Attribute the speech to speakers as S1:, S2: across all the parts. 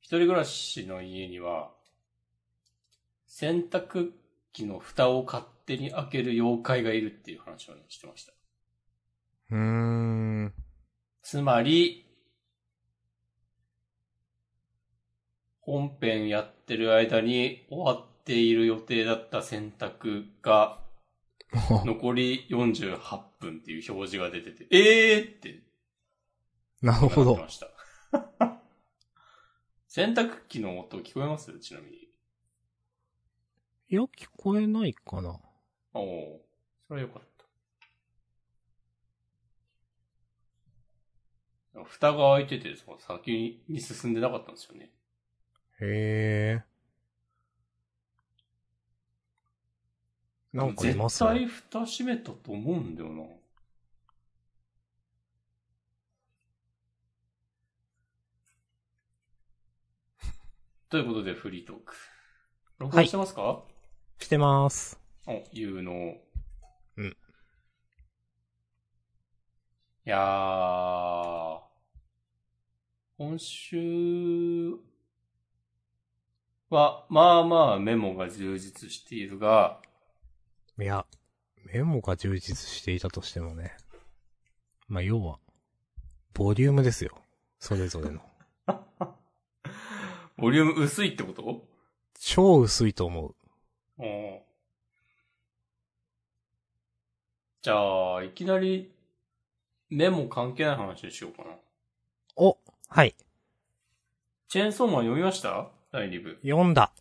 S1: 一人暮らしの家には、洗濯機の蓋を勝手に開ける妖怪がいるっていう話をねしてました。
S2: うーん。
S1: つまり、本編やってる間に終わっている予定だった選択が残り48分っていう表示が出てて、えーって
S2: なるほ
S1: なっ
S2: ど
S1: て。ました。 洗濯機の音聞こえますちなみに。
S2: いや、聞こえないかな。
S1: おお、それはよかった。蓋が開いてて、その先に進んでなかったんですよね。
S2: へえ。なんかいますね。
S1: 絶対蓋閉めたと思うんだ よな。ということで、フリートーク。録音してますか、
S2: 来てます。
S1: お、有能。
S2: うん
S1: いやー、今週は、まあまあメモが充実しているが、
S2: いや、メモが充実していたとしてもね。まあ、要は、ボリュームですよ。それぞれの。
S1: ボリューム薄いってこと
S2: 超薄いと思う。
S1: うんじゃあ、いきなり、メモ関係ない話にしようかな。
S2: おはい。
S1: チェーンソーマン読みました第2部。
S2: 読んだ。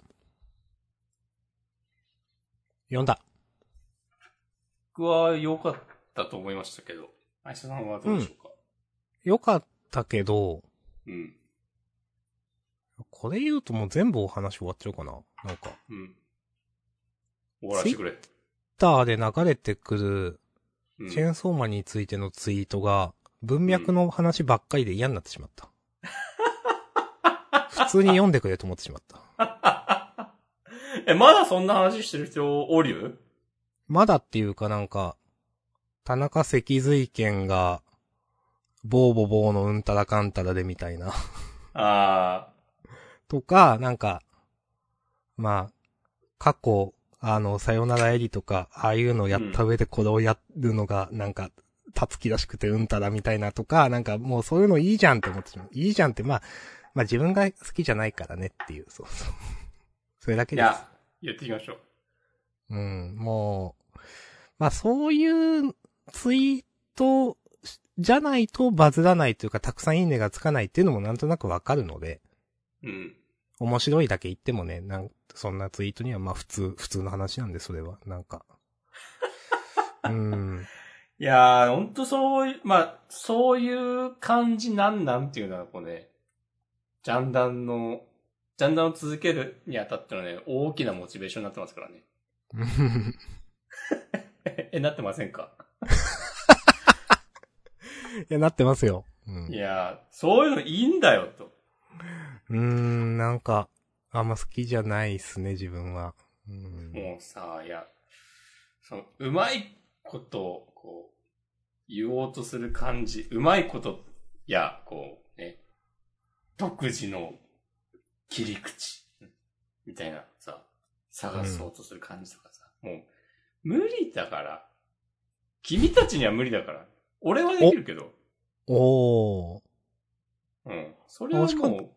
S2: 読んだ。
S1: 僕は良かったと思いましたけど。愛車さんはどうでしょうか、
S2: よかったけど、
S1: うん。
S2: これ言うともう全部お話終わっちゃうかな。なんか、
S1: うん。終わらせてくれ。
S2: ターで流れてく
S1: う
S2: る
S1: ん
S2: チェーンソーマンについてのツイートが、文脈の話ばっかりで嫌になってし まった。普通に読んでくれと思ってしまった。
S1: え、まだそんな話してる人おる
S2: まだっていうかなんか、田中脊髄剣が、ボーボボーのうんたらかんたらでみたいな。
S1: あ
S2: とか、なんか、まあ、過去、あの、さよならエリとか、ああいうのをやった上でこれをやるのが、なんか、たつきらしくてうんたらみたいなとか、なんかもうそういうのいいじゃんって思ってしまう。いいじゃんって、まあ、まあ自分が好きじゃないからねっていう、そうそう。 それだ
S1: ー
S2: け
S1: い
S2: です。
S1: や、やっていきましょう。
S2: うん、もう、まあそういうツイートじゃないとバズらないというか、たくさんいいねがつかないっていうのもなんとなくわかるので、
S1: うん。
S2: 面白いだけ言ってもね、なん、そんなツイートにはまあ普通、普通の話なんで、それは。なん か。うーん。
S1: いやー、ほんとそういう、まあ、そういう感じなんなんっていうのは、こうね、ジャンダンの、ジャンダンを続けるにあたってのね、大きなモチベーションになってますからね。 え、なってませんか
S2: いや、なってますよ。うん。
S1: いうやー、そういうのいいんだよ、と。
S2: ーん、なんか、あんま好きじゃないっすね、自分は。うん。
S1: もうさ、いや、その、うまいことを、こう、言おうとする感じ、うまいこと、いや、こう、ね、独自の切り口、みたいなさ、探そうとする感じとかさ、もう、無理だから。君たちには無理だから。俺はできるけど。
S2: おー。
S1: うん。それは
S2: 惜しかった
S1: もう、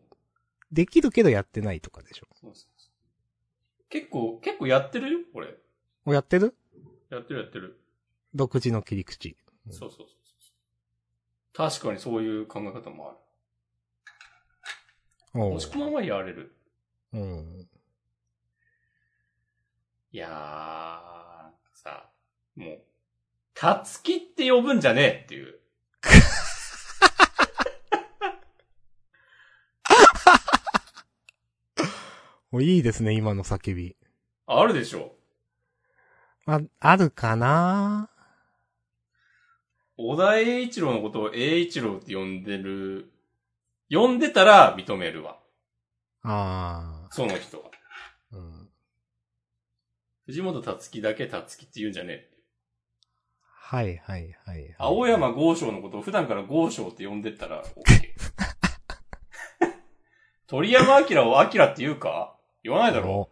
S2: できるけどやってないとかでしょ。
S1: そうそうそう結構、結構やってるよ、俺。
S2: お、やってる
S1: やってるやってる。
S2: 独自の切り口。うん
S1: そうそうそうそう。確かにそういう考え方もある。
S2: お
S1: 押し
S2: ー
S1: 込まんはやれる。
S2: うん。
S1: いやー、さ、もう、たつきって呼ぶんじゃねえっていう。
S2: お、いいですね、今の叫び。
S1: あるでしょ。
S2: あ、あるかな
S1: 小田栄一郎のことを栄一郎って呼んでる、呼んでたら認めるわ。
S2: あ
S1: その人は。
S2: ー。うん。
S1: 藤本たつきだけたつきって言うんじゃねえ。
S2: はいはいはい、はい。
S1: 青山 豪商のことを普段から豪商って呼んでったら OK。鳥山明を明って言うか言わないだろ
S2: も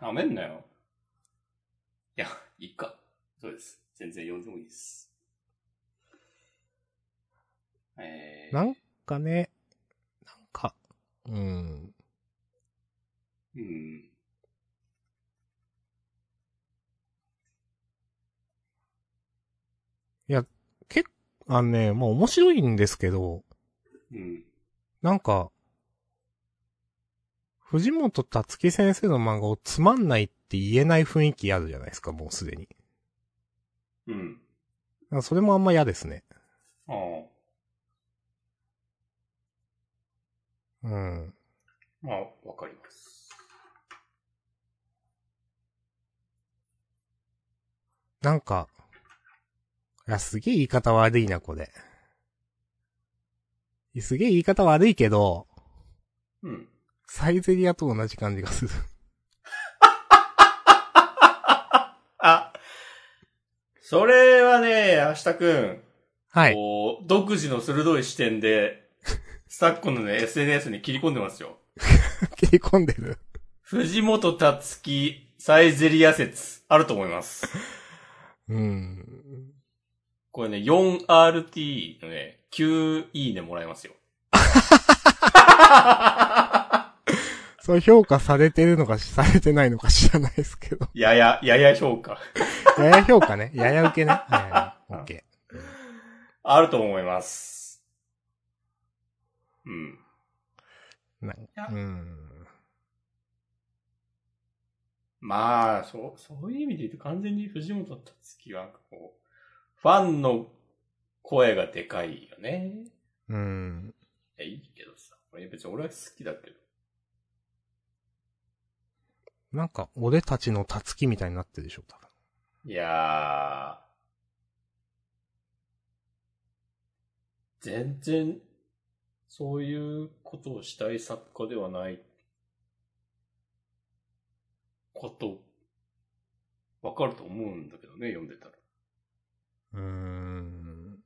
S1: なめんなよ。いや、いいか。そうです。全然呼んでもいいです。えー、
S2: うなんかね、なんか、うん。
S1: うん。
S2: 結構、あのね、まあ面白いんですけど、
S1: うん。
S2: なんか、藤本達樹先生の漫画をつまんないって言えない雰囲気あるじゃないですか、もうすでに。
S1: うん。
S2: なんかそれもあんま嫌ですね。
S1: ああ。
S2: うん。
S1: まあ、わかります。
S2: なんか、いや、すげえ言い方悪いな、これ。すげえ言い方悪いけど、
S1: うん。
S2: サイゼリアと同じ感じがする。
S1: あそれはね、明日くん、
S2: はい。
S1: こう、独自の鋭い視点で、昨今のね、SNS に切り込んでますよ。
S2: 切り込んでる。
S1: 藤本達樹、サイゼリア説、あると思います。
S2: うん。
S1: これね、4RT のね、9いいねもらえますよ。
S2: そう評価されてるのかされてないのか知らないですけど。
S1: やや、やや評価。
S2: やや評価ね。やや受けね。はいはいはい。オッケ
S1: あると思います。うん。
S2: ー。なん
S1: や
S2: うん。
S1: まあ、そう、そういう意味で言うと完全に藤本達樹は、なんかこう、ファンの声がでかいよね。
S2: うん。
S1: いや、いいけどさ。これ別に俺は好きだけど。
S2: なんか、俺たちのたつきみたいになってるでしょ、多分。
S1: いやー。全然、そういうことをしたい作家ではない、こと、わかると思うんだけどね、読んでたら。
S2: うーん。ま
S1: い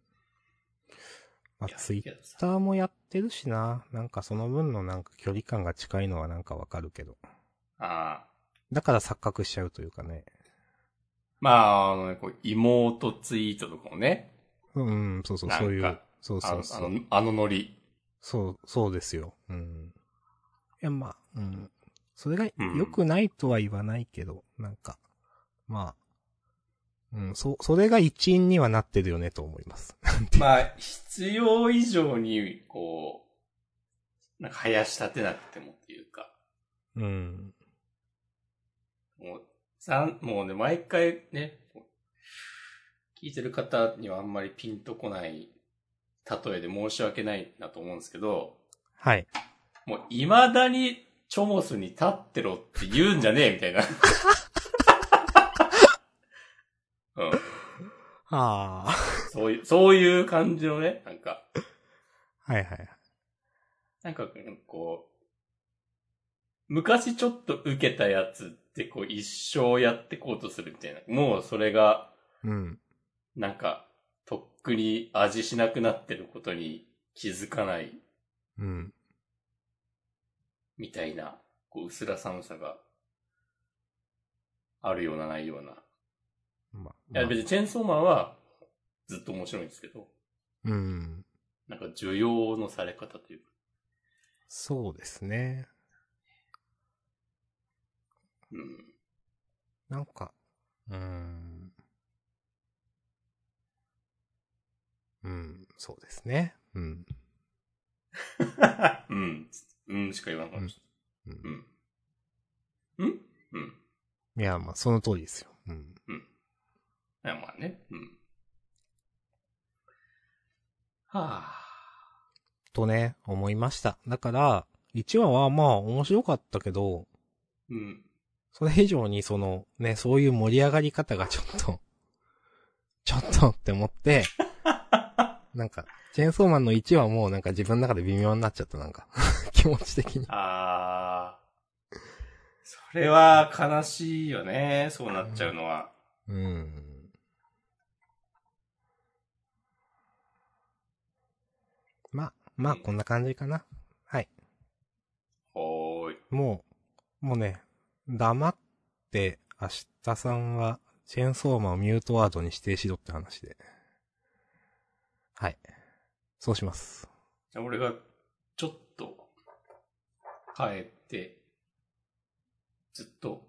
S2: あ、
S1: や
S2: ツ
S1: い
S2: イ
S1: い
S2: ッ
S1: けどさ
S2: ターもやってるしな。なんかその分のなんか距離感が近いのはなんかわかるけど。
S1: ああ。
S2: だから錯覚しちゃうというかね。
S1: まあ、あのね、こう、妹ツイートとかもね。
S2: うん、そうそう、
S1: なんか
S2: そういう。そ
S1: あ
S2: うそ
S1: の
S2: う、
S1: あ
S2: そ
S1: の
S2: う。、
S1: あのノリ。
S2: そう、そうですよ。うん。いや、まあ、うん。それが
S1: うん
S2: 良くないとは言わないけど、なんか、まあ、うん、そ、それが一因にはなってるよねと思い ます。なんていう
S1: まあ、必要以上に、こう、なんか、林立てなくてもっていうか、
S2: うん。
S1: もう、さんもうね、毎回ね、こう聞いてる方にはあんまりピンとこない例えで申し訳ないなと思うんですけど、
S2: はい。
S1: もう、未だに、チョモスに立ってろって言うんじゃねえ、みたいな。 うん。
S2: ああ。
S1: そういう、そういう感じのね、なんか、
S2: はいはい。
S1: なんかこう、昔ちょっと受けたやつってこう一生やってこうとするみたいな。もうそれが、
S2: うん。
S1: なんか、とっくに味しなくなってることに気づかない
S2: うん。
S1: みたいな、こう薄ら寒さが、あるようなないような。
S2: まあ。
S1: いや別にチェーンソーマンはずっと面白いんですけど、
S2: うん。
S1: なんか需要のされ方というか。
S2: そうですね。
S1: うん。
S2: なんか、うん。うん、そうですね。うん。
S1: うん。うんしか言わなかった。
S2: うん
S1: うん。うんうん。
S2: いや、まあ、その通りですよ。うん。
S1: いやまあね。うん。はあ。
S2: とね、思いました。だから、1話はまあ面白かったけど、
S1: うん。
S2: それ以上にその、ね、そういう盛り上がり方がちょっと、 ちょっとって思って、なんか、チェーンソーマンの1話もなんか自分の中で微妙になっちゃった、なんか、 気持ち的に。
S1: ああ。それは悲しいよね。そうなっちゃうのは。
S2: うん。まあ、まあ、こんな感じかな。はい。もう、もうね、黙って、明日さんは、チェーンソーマンをミュートワードに指定しろって話で。はい。そうします。
S1: じゃあ俺が、ちょっと、変えて、ずっと、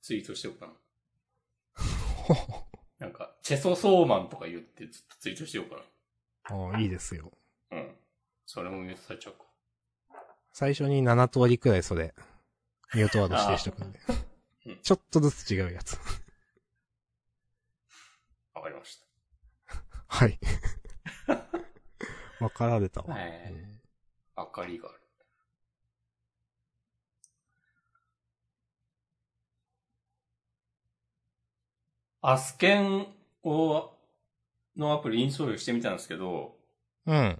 S1: ツイートしてお くかな。なんか、チェソソーマンとか言ってずっとツイートしてようか
S2: おいいですよ。
S1: な。うん。それもミュートされちゃうか。
S2: 最初に7通りくらいそれ、ミュートワード指定しとくんで
S1: うん。
S2: ちょっとずつ違うやつ。
S1: わかりまし
S2: はい。 わかられたわ。
S1: はい
S2: うん
S1: た。明かりがある。アスケンを、のアプリインストールしてみたんですけど、
S2: うん。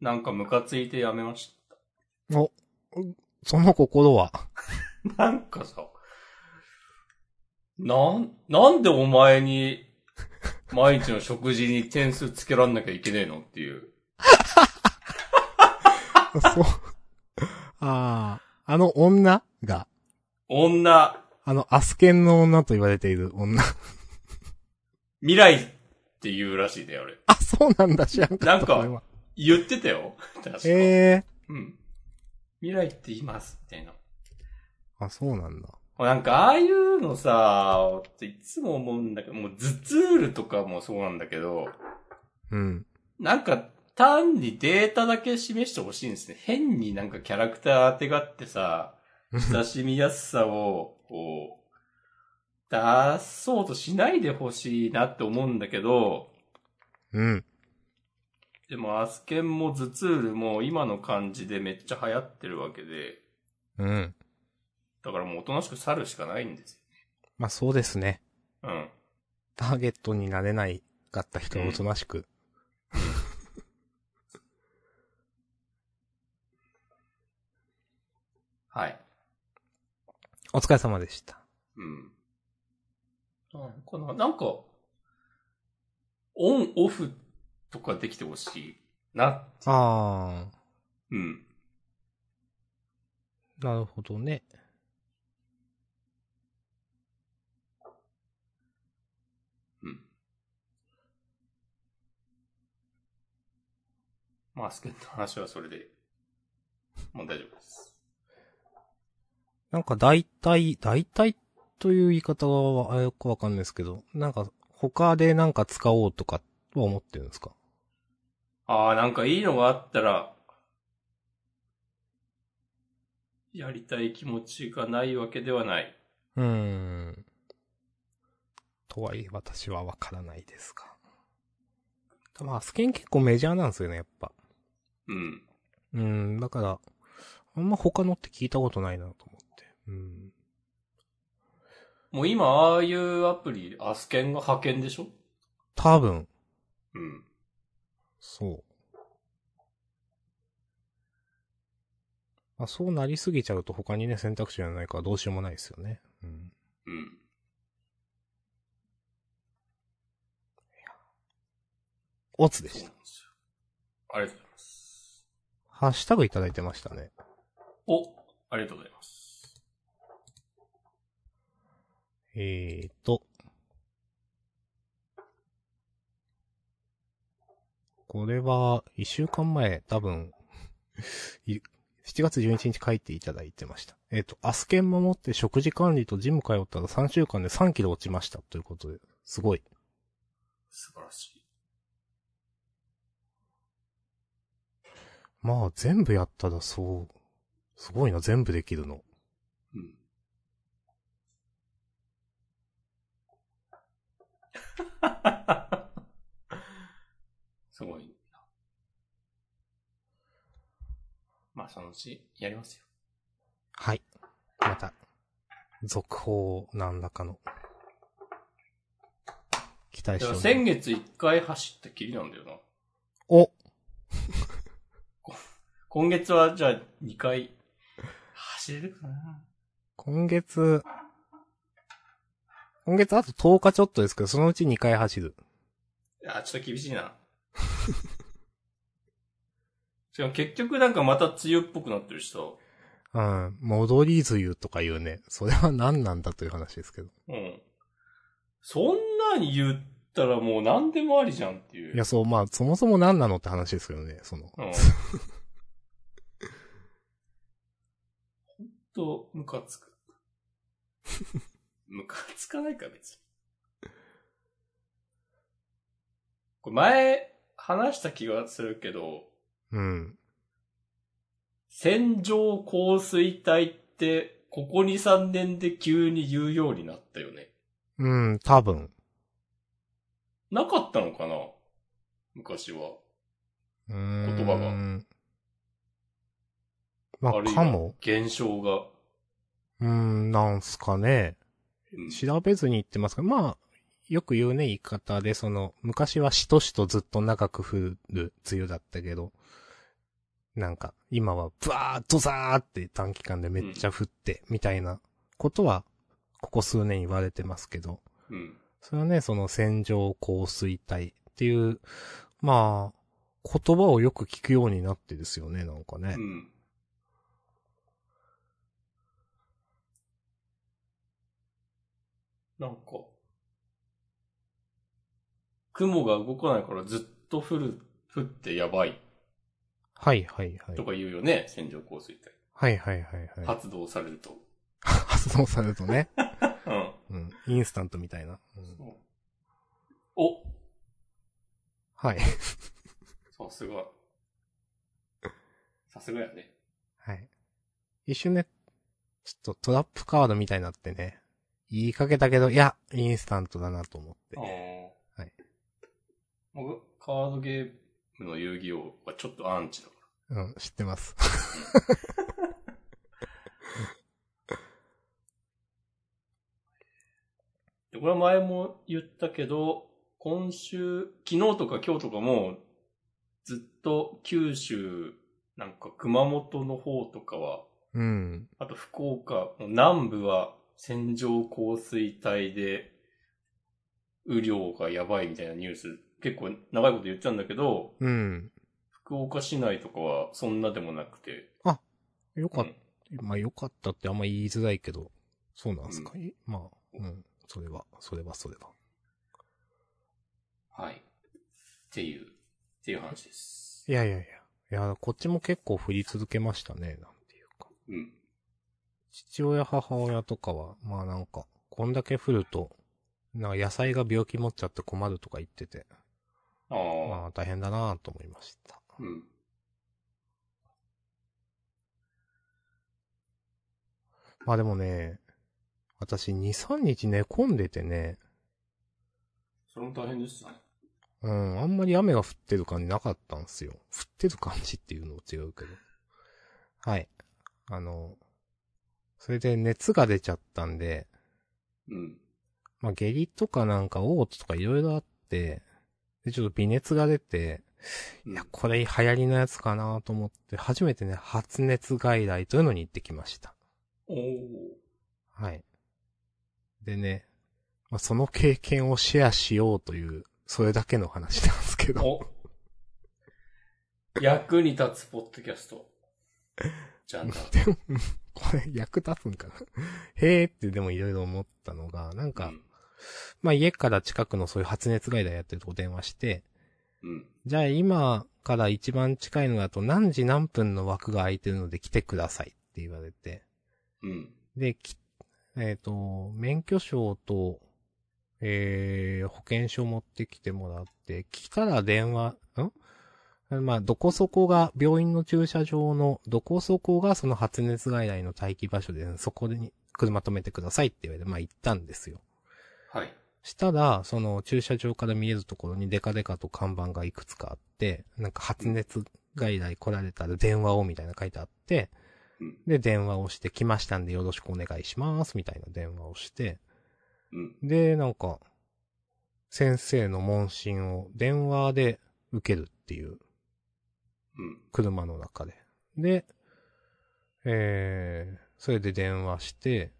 S1: なんかムカついてやめまし
S2: その心は、
S1: た。 なんかさ、なん、なんでお前に、毎日の食事に点数つけらんなきゃいけねえのっていう。
S2: そう。ああ、あの女が、
S1: 女、
S2: あの、アスケンの女と言われている女。
S1: 未来って言うらしいで、あれ。
S2: あ、そうなんだ、知らんかった。
S1: なんか
S2: これは
S1: 言ってたよ。確か。
S2: ええ
S1: うん。未来って言います、みたいな。
S2: あ、そうなんだ。
S1: なんか、ああいうのさ、いつも思うんだけど、もう、ズツールとかもそうなんだけど、
S2: うん。
S1: なんか、単にデータだけ示してほしいんですね。変になんかキャラクター当てがってさ、親しみやすさを、こう、出そうとしないでほしいなって思うんだけど、
S2: うん。
S1: でも、アスケンもズツールも今の感じでめっちゃ流行ってるわけで、
S2: うん。
S1: だからもうおとなしく去るしかないんです
S2: まあそうですね。
S1: よ。うん。
S2: ターゲットになれないかった人はおとなしく。
S1: はい。
S2: お疲れ様でした。
S1: うん。なんかな、なんか、オン、オフとかできてほしいな。
S2: あ
S1: うん。
S2: あ、なるほどね。
S1: うん。まあ、スケットの話はそれで、もう大丈夫です。
S2: なんか大体、大体という言い方はあよくわかんないですけど、なんか他でなんか使おうとかは思ってるんですか
S1: ああ、なんかいいのがあったら、やりたい気持ちがないわけではない。
S2: うーん。とはいえ私はわからないですが。まあ、スキン結構メジャーなんですよね、やっぱ。
S1: うん。
S2: うん、だから、あんま他のって聞いたことないなと思って。うん。
S1: もう今、ああいうアプリ、アスケンが派遣でしょ
S2: 多分、
S1: うん。
S2: そう。まあ、そうなりすぎちゃうと他にね、選択肢がないからどうしようもないですよね。うん。
S1: うん。
S2: オツで
S1: そう
S2: し
S1: なん
S2: た。
S1: ですよ。ありがとうございます。
S2: ハッシュタグいただいてましたね。
S1: お、ありがとうございます。
S2: えーと。これは、一週間前、多分、 い7月11日書いていただいてました。えっ、と、アスケン守って食事管理とジム通ったら3週間で3キロ落ちましたということで、すごい。
S1: 素晴らしい。
S2: まあ、全部やったらそう、すごいな、全部できるの。
S1: うん。すごいな。まあ、そのうちやりますよ。
S2: はい。また、続報を何らかの。期待
S1: だ
S2: して
S1: から
S2: おります。
S1: 先月一回走ったきりなんだよな。
S2: お
S1: 今月はじゃあ二回走れるかな
S2: 今月、今月あと10日ちょっとですけど、そのうち2回走る。
S1: あ、ちょっと厳しいな。 しかも結局なんかまた梅雨っぽくなってるしさ。
S2: うん。戻り梅雨とか言うね。それは何なんだという話ですけど。
S1: うん。そんなに言ったらもう何でもありじゃんっていう。
S2: いや、そう、まあ、そもそも何なのって話ですけどね、その。
S1: うん。ほんと、ムカつく。ムカつかないか、別に。これ前、話した気がするけど、
S2: うん。
S1: 線状降水帯って、ここ2、3年で急に言うようになったよね。
S2: うん、多分。
S1: なかったのかな昔は。
S2: うーん。
S1: 言葉が
S2: まあ、
S1: るい
S2: か
S1: は
S2: も。
S1: 現象が。
S2: うーん、なんすかね。
S1: うん
S2: 調べずに言ってますが、まあ、よく言うね、言い方で、その、昔はしとしとずっと長く降る梅雨だったけど、なんか、今は、ブワーッとザーって短期間でめっちゃ降って、みたいなことは、ここ数年言われてますけど、
S1: うん。
S2: それはね、その線状降水帯っていう、まあ、言葉をよく聞くようになってですよね、なんかね。
S1: うん。なんか、雲が動かないからずっと降る、降ってやばい
S2: はいはいはい
S1: と。か言うよね、線状降水
S2: はいはいはい
S1: 帯。
S2: はい。
S1: 発動されると。
S2: 発 動されるとね。
S1: うん。
S2: うん。インスタントみたいな。うん
S1: お
S2: はい。
S1: さすが。さすがやね。
S2: はい。一瞬ね、ちょっとトラップカードみたいになってね、言いかけたけど、いや、インスタントだなと思って。
S1: あ
S2: はい。
S1: 僕、カードゲームの遊戯王はちょっとアンチだか
S2: うん、知ってます。
S1: ら。で、これは前も言ったけど、今週、昨日とか今日とかも、ずっと九州、なんか熊本の方とかは、
S2: うん。
S1: あと福岡、南部は線状降水帯で雨量がやばいみたいなニュース、結構長いこと言ってたんだけど、
S2: うん。
S1: 福岡市内とかはそんなでもなくて、
S2: よかった。まあ、よかったってあんま言いづらいけど、そうなんすか、いまあ、うん。それは、それは、それは。
S1: はい。っていう、っていう話です。
S2: いやいやいや。いや、こっちも結構降り続けましたね、なんていうか。
S1: うん。
S2: 父親、母親とかは、まあなんか、こんだけ降ると、なんか野菜が病気持っちゃって困るとか言ってて、
S1: ああ、
S2: まあ大変だなと思いました。
S1: うん。
S2: まあでもね、私2、3日寝込んでてね、
S1: それも大変でしたね。
S2: うん、あんまり雨が降ってる感じなかったんすよ。降ってる感じっていうのも違うけど。はい。あの、それで熱が出ちゃったんで、
S1: うん。
S2: まあ、下痢とかなんか、嘔吐とかいろいろあって、で、ちょっと微熱が出て、
S1: うん
S2: いや、これ流行りのやつかなと思って、初めてね、発熱外来というのに行ってきました。
S1: おお。
S2: はい。でね、まあ、その経験をシェアしようという、それだけの話なんですけど。
S1: お役に立つポッドキャスト。じゃんだ。
S2: これ役立つんかな へーってでもいろいろ思ったのが、なんか、まあ家から近くのそういう発熱外来やってるとこ電話して、
S1: うん。うん。
S2: じゃあ今から一番近いのだと何時何分の枠が空いてるので来てくださいって言われて、
S1: うん。
S2: で、きえっ、と、免許証と、えー、保険証持ってきてもらって、来たら電話、んまあ、どこそこが、病院の駐車場の、どこそこがその発熱外来の待機場所で、そこに車止めてくださいって言われて、まあ行ったんですよ。
S1: はい。
S2: したら、その駐車場から見えるところにデカデカと看板がいくつかあって、なんか発熱外来来られたら電話をみたいな書いてあって
S1: うん、
S2: で、電話をして来ましたんでよろしくお願いしますみたいな電話をして、
S1: うん。
S2: で、なんか、先生の問診を電話で受けるっていう
S1: うん。
S2: 車の中で。で、えー、それで電話して、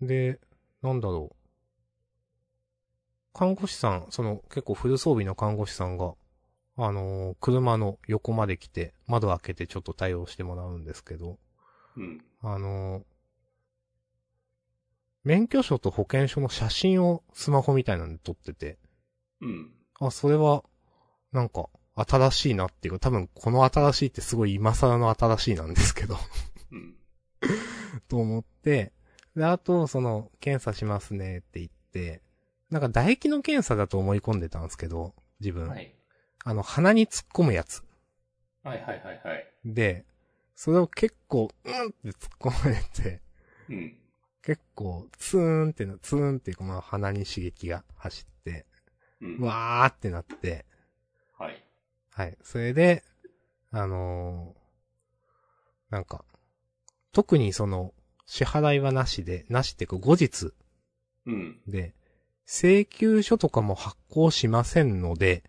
S2: で、なんだろう。看護師さん、その結構フル装備の看護師さんが、あのー車の横まで来て、窓開けてちょっと対応してもらうんですけど、
S1: うん。
S2: あの、免許証と保険証の写真をスマホみたいなんで撮ってて、
S1: うん。
S2: あ、それは、なんか、新しいなっていうか、多分この新しいってすごい今更の新しいなんですけど、
S1: うん。
S2: と思って、で、あと、その、検査しますねって言って、なんか唾液の検査だと思い込んでたんですけど、自分。
S1: はい。
S2: あの、鼻に突っ込むやつ。
S1: はいはいはいはい。
S2: で、それを結構、うんって突っ込まれて、
S1: うん。
S2: 結構、ツーンってな、ツーンっていうか、まあ、鼻に刺激が走って、
S1: うん。
S2: わーってなって、
S1: はい。
S2: はい。それで、あのーなんか、特にその、支払いはなしで、なしっていうか後日
S1: うん。
S2: で、請求書とかも発行しませんので、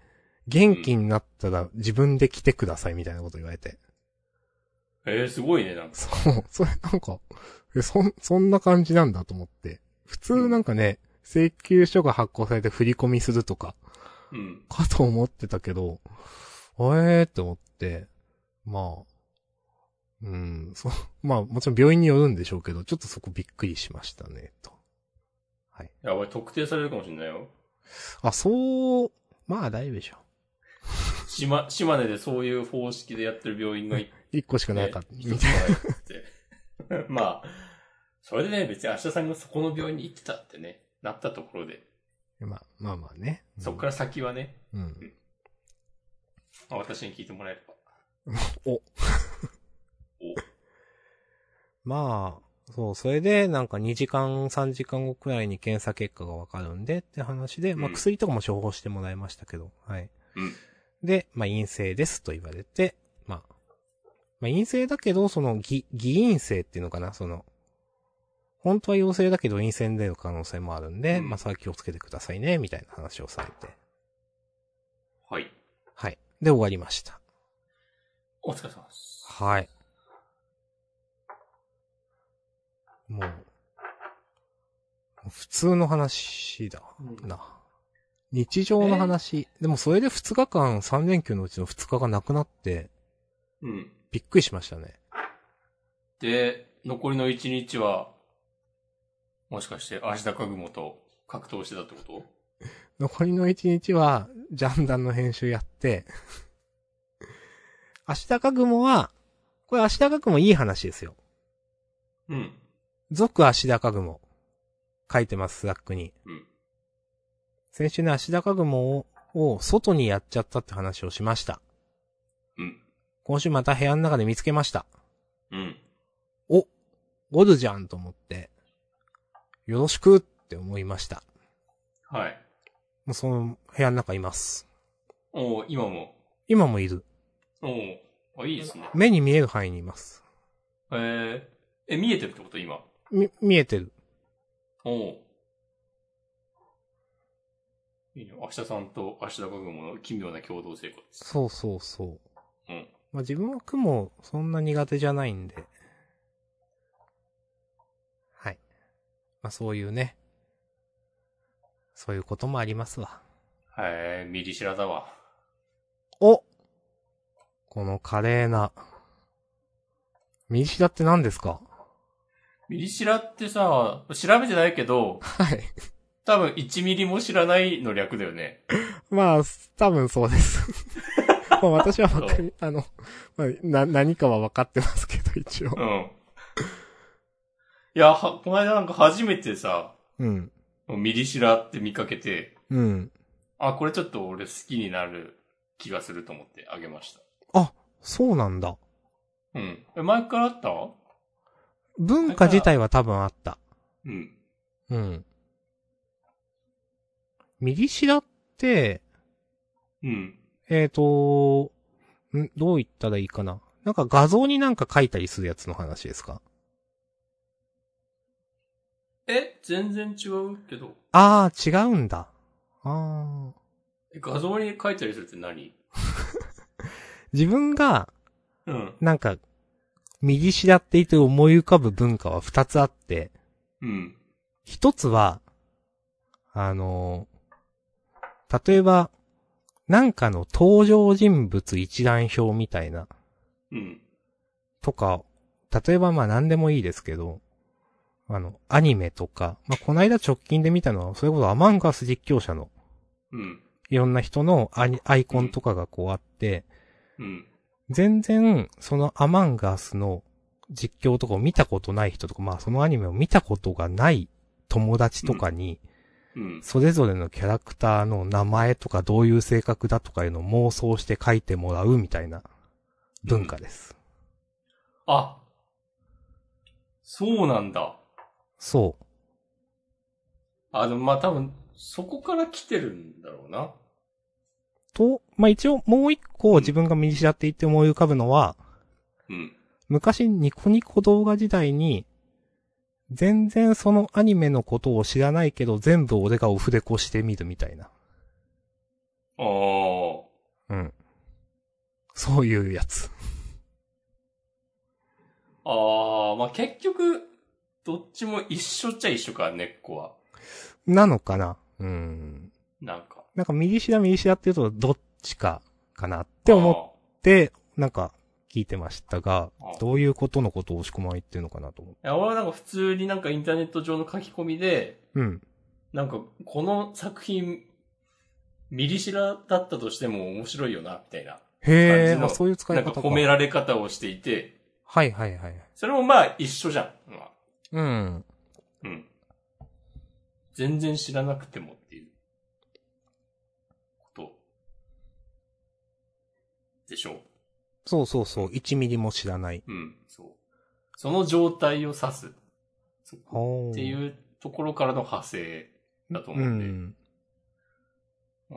S2: 元気になったら自分で来てくださいみたいなこと言われて。
S1: えー、すごいね、なんか。
S2: そう、それなんか、え、そん、そんな感じなんだと思って。普通なんかね、請求書が発行されて振り込みするとか、
S1: うん。
S2: かと思ってたけど、あえーって思って、まあ、うん、そう、まあもちろん病院によるんでしょうけど、ちょっとそこびっくりしましたね、と。
S1: やばい、特定されるかもしれないよ。
S2: あ、そう、まあ大丈夫でしょ。
S1: 島、島根でそういう方式でやってる病院がい
S2: 一個しかないか、みたい
S1: 一
S2: な
S1: つもないって まあ、それでね、別に明日さんがそこの病院に行ってたってね、なったところで、
S2: まあ、まあまあね。
S1: そこから先はね、
S2: うん。
S1: まあ私に聞いてもらえれば。
S2: まあ、そう、それで、なんか2時間、3時間後くらいに検査結果がわかるんでって話で、まあ
S1: うん
S2: 薬とかも処方してもらいましたけど、はい。
S1: うん。
S2: で、まあ陰性ですと言われて、まあ、まあ陰性だけど、その、偽、偽陰性っていうのかな、その、本当は陽性だけど陰性に出る可能性もあるんで、
S1: うん
S2: まあそれは気をつけてくださいね、みたいな話をされて、
S1: はい。
S2: はい。で、終わりました。
S1: お疲れ様です。
S2: はい。もう、普通の話だ
S1: うん
S2: な。日常の話。でもそれで2日間、3連休のうちの2日がなくなって、
S1: うん。
S2: びっくりしましたね。
S1: で、残りの1日は、もしかして、足高雲と格闘してたってこと
S2: 残りの1日は、ジャンダンの編集やって、 足高雲は、これ足高雲いい話ですよ。
S1: うん。
S2: 続足高雲。書いてます、スラックに。
S1: うん。
S2: 先週ね、足高雲を、を外にやっちゃったって話をしました。
S1: うん。
S2: 今週また部屋の中で見つけました。
S1: うん。
S2: おおるじゃんと思って、よろしくって思いました。
S1: はい。
S2: もうその部屋の中います。
S1: おー今も。
S2: 今もいる。
S1: おーあ、いいですね。
S2: 目に見える範囲にいます。
S1: えー、え、見えてるってこと今。
S2: み、見えてる。
S1: おお。いいね。明日さんと明日高雲の奇妙な共同生活。
S2: そうそうそう。
S1: うん。
S2: まあ、自分は雲、そんな苦手じゃないんで。はい。まあ、そういうね。そういうこともありますわ。
S1: はい、ミリシラだわ。
S2: おこの華麗な。右下って何ですか
S1: ミリシラってさ、調べてないけど、
S2: はい。
S1: 多分1ミリも知らないの略だよね。
S2: まあ、多分そう です。まあ私はわかり、あの、まあ、な、何かは分かってますけど、一応
S1: う。ん。いや、は、この間なんか初めてさ、
S2: うん。
S1: ミリシラって見かけて、
S2: うん。
S1: あ、これちょっと俺好きになる気がすると思ってあげました。
S2: そうなんだ。
S1: うん。え、前からあった
S2: 文化自体は多分あった。
S1: うん。
S2: うん。右白って、
S1: うん。
S2: えっ、と、んどう言ったらいいかな。なんか画像になんか書いたりするやつの話ですか
S1: え、全然違うけど。
S2: ああ、違うんだ。ああ。
S1: え画像に書いたりするって何
S2: 自分が、
S1: うん。
S2: なんか、右白って言って思い浮かぶ文化は二つあって、
S1: うん。
S2: 一つは、あのー例えば、なんかの登場人物一覧表みたいな、
S1: うん。
S2: とか、例えばまあ何でもいいですけど、あの、アニメとか、まあこの間直近で見たのは、それこそアマンガス実況者の
S1: うん。
S2: いろんな人のアニアイコンとかがこうあって、
S1: うん。
S2: 全然そのアマンガスの実況とかを見たことない人とか、まあそのアニメを見たことがない友達とかに、
S1: うん。
S2: それぞれのキャラクターの名前とかどういう性格だとかいうのを妄想して書いてもらうみたいな文化です。
S1: あそうなんだ。
S2: そう。
S1: あ、でもまあ多分、そこから来てるんだろうな。
S2: と、まあ、一応もう一個自分が見知らっていって思い浮かぶのは、
S1: うん。
S2: 昔ニコニコ動画時代に、全然そのアニメのことを知らないけど、全部俺がオフレコしてみるみたいな。
S1: ああ。
S2: うん。そういうやつ。
S1: ああ、まあ結局、どっちも一緒っちゃ一緒か、根っこは。
S2: なのかなうん。
S1: なんか。
S2: なんか右しだ右しだっていうと、どっちかかなって思って、なんか聞いてましたが
S1: ああ、
S2: どういうことのことを押し込まれてるのかなと思
S1: あーいや俺はなんか普通になんかインターネット上の書き込みで、
S2: う。うん。
S1: なんかこの作品、ミリシラだったとしても面白いよな、みたいな。感
S2: へ
S1: じ
S2: え、
S1: の
S2: あそういう使い
S1: な
S2: 方
S1: ん
S2: か。
S1: か褒められ方をしていて、
S2: はいはいはい。
S1: それもまあ一緒じゃん。まあ
S2: うん。
S1: うん。全然知らなくてもっていう。こと。でしょ
S2: そうそうそう、1ミリも知らない。
S1: う。うん、そう。その状態を指す。そっていううところからの派生だと思う
S2: う
S1: んで、
S2: ん。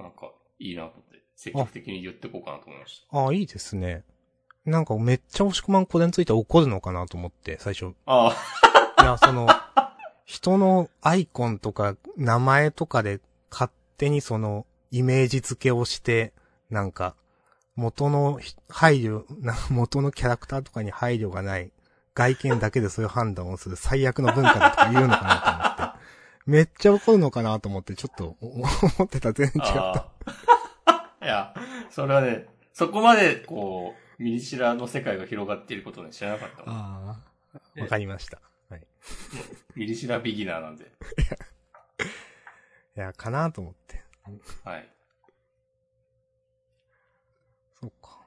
S1: なんか、いいなと思って、積極的に言ってこうかなと思いまし
S2: ああ、いいですね。なんかめっちゃ押し込まんこれについて怒るのかなと思って、最初。い
S1: た。ああ、
S2: や、その、人のアイコンとか名前とかで勝手にそのイメージ付けをして、なんか、元のひ配慮、な元のキャラクターとかに配慮がない、外見だけでそういう判断をする最悪の文化だとか言うのかなと思って。めっちゃ怒るのかなと思って、ちょっとお思ってた全然違った。
S1: ああ いや、それはね、そこまで、こう、ミニシラの世界が広がっていることね、知らなかったもん。
S2: あ
S1: え
S2: あ。わかりました。
S1: ミニシラビギナーなんで。
S2: いや、かなと思って。
S1: はい。
S2: そっか。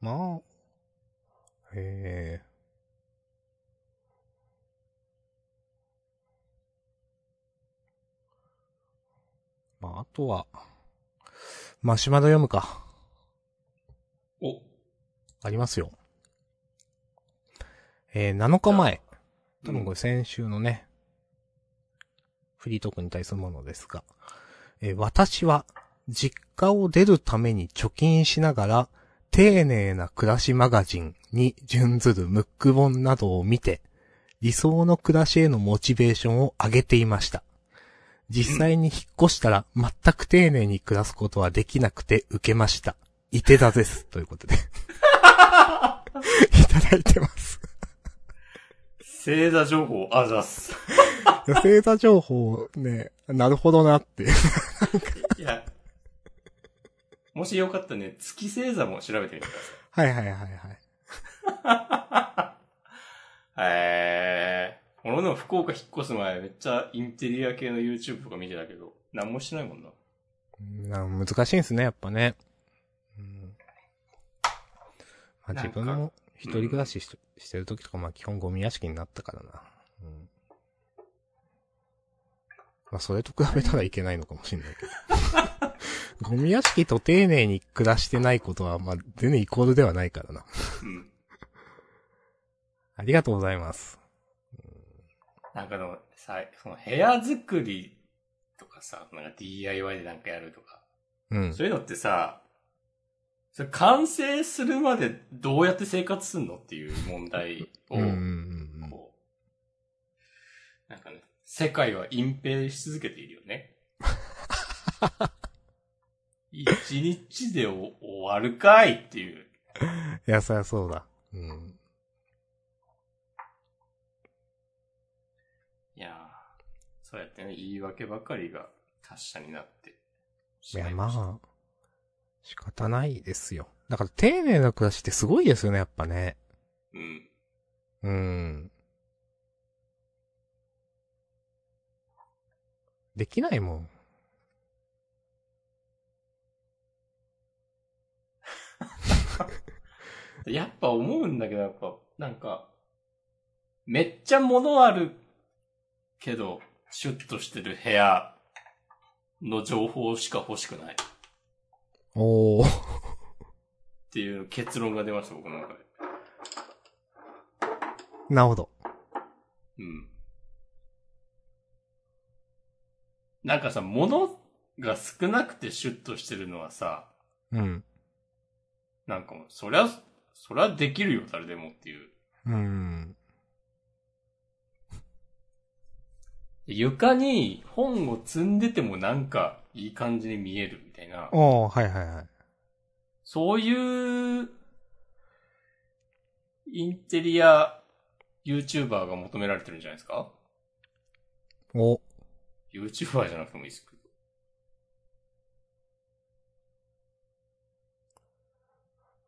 S2: まあ。へえ。まあ、あとは、マシュマロ読むか。
S1: お、
S2: ありますよ。えー、7日前。多分こ
S1: うん
S2: れ先週のね、フリートークに対するものですが、えー私は実家を出るために貯金しながら、丁寧な暮らしマガジンに準ずるムック本などを見て、理想の暮らしへのモチベーションを上げていました。実際に引っ越したら全く丁寧に暮らすことはできなくて受けました。いて座です。というこ とで。いただいてます。
S1: 星座情報、あざっす。
S2: 星座情報ね、なるほどなって。
S1: いや、もしよかったらね、月星座も調べてみてください。
S2: はいはいはいは
S1: へ
S2: い。
S1: え。俺の福岡引っ越す前めっちゃインテリア系の YouTube とか見てたけど、何もしてないもんな。
S2: うんなん難しいんですね、やっぱね。うんまあ、
S1: なん
S2: 自
S1: か
S2: 分も一人暮らしし,、してる時とか、まあ基本ゴミ屋敷になったからな。うんまあそれと比べたらいけないのかもしれないけ ど。ゴミ屋敷と丁寧に暮らしてないことは、まあ全然イコールではないからな。
S1: うん。
S2: ありがとうございます。
S1: なんかでもさ、その部屋作りとかさ、なんか DIY でなんかやるとか、
S2: うん。
S1: そういうのってさ、それ完成するまでどうやって生活すんのっていう問題を、
S2: うんうんうんうん。
S1: こう、なんかね、世界は隠蔽し続けているよ ね。一日でお終わるかいっていう。
S2: いや、そりゃそうだ。うん。
S1: いやーそうやってね、言い訳ばかりが達者になってし
S2: いや、
S1: した
S2: まあ、仕方ないですよ。だから丁寧な暮らしってすごいですよね、やっぱね。
S1: うん。
S2: うん。できないもん。
S1: やっぱ思うんだけど、やっぱ、なんか、めっちゃ物あるけど、シュッとしてる部屋の情報しか欲しくないっ
S2: おお。
S1: ていう結論が出ました、僕の中で。
S2: なるほど。
S1: うん。なんかさ、物が少なくてシュッとしてるのはさ、
S2: うん。
S1: なんかもう、そりゃ、そりゃできるよ、誰でもっていう。
S2: うん。
S1: 床に本を積んでてもなんかいい感じに見えるみたいな。
S2: おおはいはいはい。
S1: そういう、インテリア、YouTuber が求められてるんじゃないですか
S2: お、
S1: ?YouTuber じゃなくてもいいですけど。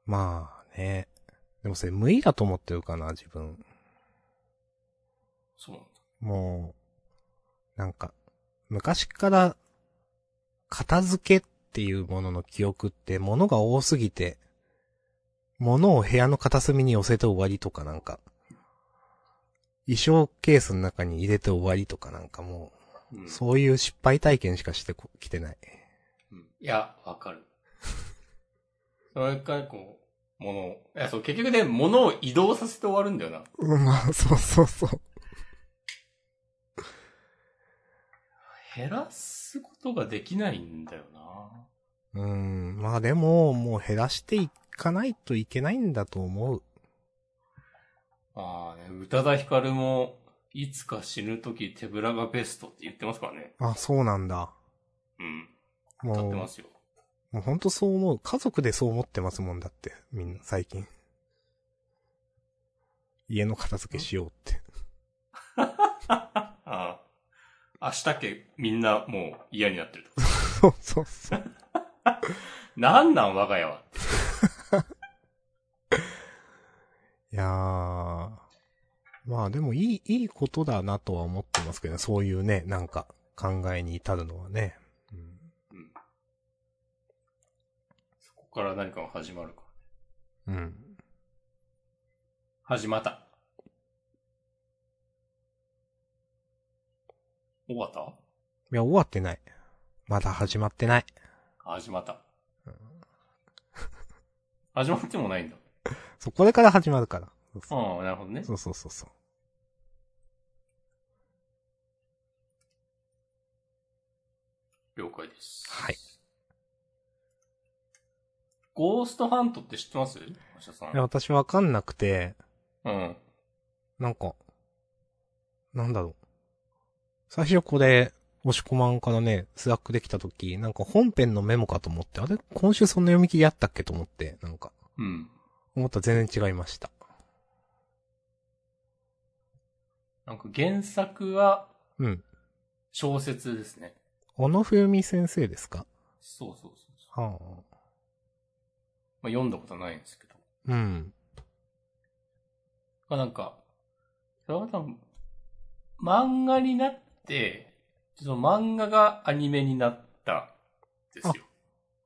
S2: まあね。でもそれ無理だと思ってるかな、自分。
S1: そうなんだ。
S2: もう、なんか、昔から、片付けっていうものの記憶って、物が多すぎて、物を部屋の片隅に寄せて終わりとかなんか、衣装ケースの中に入れて終わりとかなんかも
S1: うん
S2: う、そういう失敗体験しかしてこきてない。
S1: うんいや、わかる。それからこう、物を、いや、そう、結局ね、物を移動させて終わるんだよな。
S2: うん、 まあ、そうそうそう。
S1: 減らすことができないんだよな。
S2: うん、まあでも、もう減らしていかないといけないんだと思う。
S1: まあね、宇多田ヒカルも、いつか死ぬとき手ぶらがベストって言ってますからね。
S2: あ、そうなんだ。
S1: うん。
S2: も
S1: 歌
S2: う
S1: って、ますよ。
S2: もうほんとそう思う。家族でそう思ってますもんだって、みんな最近。家の片付けしようって。
S1: ああ。明日家みんなもう嫌になってると。
S2: そうそうそう。
S1: なんなん我が家は。
S2: いやー。まあでもいい、いいことだなとは思ってますけどね。そういうね、なんか考えに至るのはね。うん
S1: そこから何かが始まるか。
S2: うん。
S1: 始まった。終わった
S2: いや、終わってない。まだ始まってない。
S1: 始まった。始まってもないんだ。
S2: そう、これから始まるから。そうそう
S1: ああ、なるほどね。
S2: そうそうそうそう。
S1: 了解です。
S2: はい。
S1: ゴーストハントって知ってますおしゃさ
S2: いや、
S1: ん。
S2: 私わかんなくて、
S1: うん。
S2: なんか、なんだろう。最初これ、押し込まんからね、スラックできた時、なんか本編のメモかと思って、あれ今週そんな読み切りあったっけと思って、なんか、
S1: うん。
S2: 思ったら全然違いました。
S1: なんか原作は
S2: うん。
S1: 小説ですね。
S2: 小野冬美先生ですか
S1: そうそうそうそう。
S2: はあ。
S1: まあ、読んだことないんですけど。
S2: うん。
S1: まあなんか、それは多分、漫画になって、その漫画がアニメになったんですよ。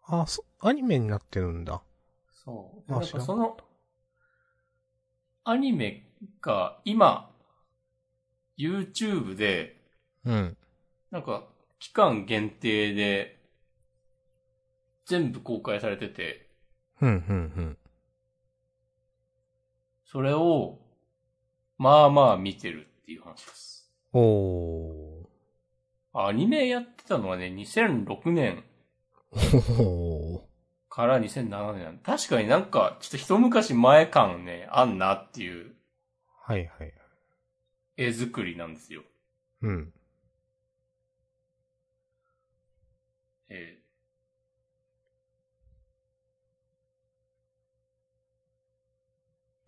S2: あ、そ、アニメになってるんだ。
S1: そう。
S2: あ
S1: なん
S2: 知ら
S1: か
S2: な
S1: その、アニメが今、YouTube で、
S2: うん。
S1: なんか、期間限定で、全部公開されてて、
S2: ふん、ふん、ふん。
S1: それを、まあまあ見てるっていう話です。
S2: お
S1: アニメやってたのはね、2006年
S2: ー。おー。
S1: から2007年なんで確かになんか、ちょっと一昔前感ね、あんなっていう
S2: はいはい。
S1: 絵作りなんですよ。
S2: うん。
S1: え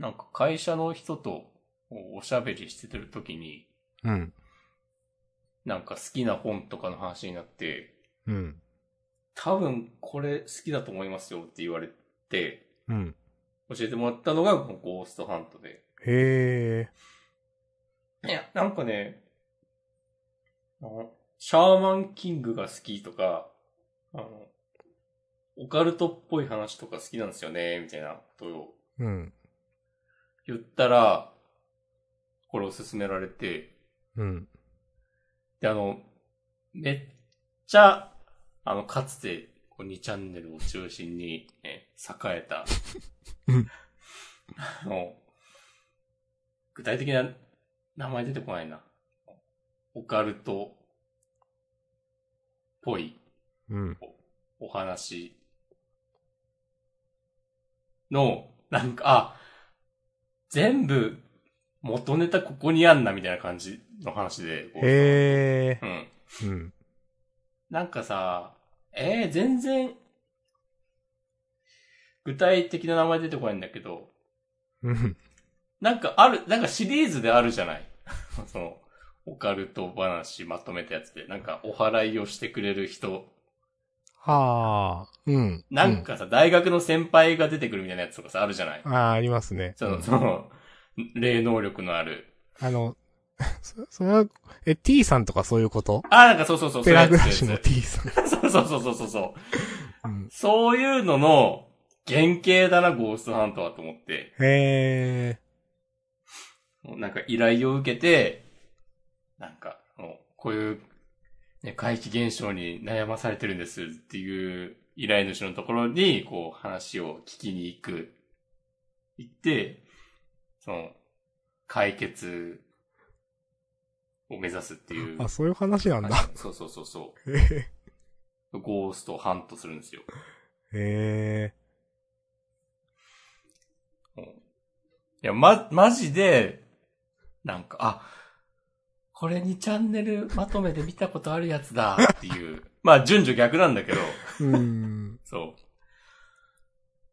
S1: ーなんか会社の人とおおしゃべりしてるときに、
S2: うん。
S1: なんか好きな本とかの話になって、
S2: うん。
S1: 多分これ好きだと思いますよって言われて、
S2: うん。
S1: 教えてもらったのがこのゴーストハントで。
S2: へえ。
S1: いや、なんかね、あのシャーマンキングが好きとか、あの、オカルトっぽい話とか好きなんですよね、みたいなことを
S2: うん。
S1: 言ったら、これを勧められて、
S2: うん。
S1: で、あの、めっちゃ、あの、かつて、こう2チャンネルを中心に、ね、栄えた
S2: うん、
S1: あの、具体的な名前出てこないな。オカルト、ぽい
S2: うん。
S1: お話の、なんか、あ、全部元ネタここにあんなみたいな感じの話で。こう
S2: へえ。
S1: うん。
S2: うん。
S1: なんかさ、えー、全然、具体的な名前出てこないんだけど、
S2: うん。
S1: なんかある、なんかシリーズであるじゃない その、オカルト話まとめたやつで、なんかお祓いをしてくれる人、
S2: はあ。うん。
S1: なんかさ、大学の先輩が出てくるみたいなやつとかさ、あるじゃない
S2: うん。ああ、ありますね。
S1: その、その、霊能力のある。
S2: あの、 そ、それは、え、t さんとかそういうこと
S1: あ、なんかそうそうそう、
S2: ペラグラ
S1: そういう
S2: シの
S1: やつ
S2: t さ ん。
S1: そうそうそうそうそうそう。
S2: うん、
S1: そういうのの原型だな、ゴーストハントはと思って。
S2: へえ。
S1: なんか依頼を受けて、なんか、もうこういう、ね、怪奇現象に悩まされてるんですっていう依頼主のところに、こう話を聞きに行く。行って、その、解決を目指すっていう。
S2: あ、そういう話なん だ。
S1: そうそうそうそ
S2: へえ。
S1: う。ゴーストをハントするんですよ。
S2: へ
S1: いや、ま、マジで、なんか、あ、これにチャンネルまとめで見たことあるやつだっていう。 まあ、順序逆なんだけど、
S2: え。うん。
S1: そう。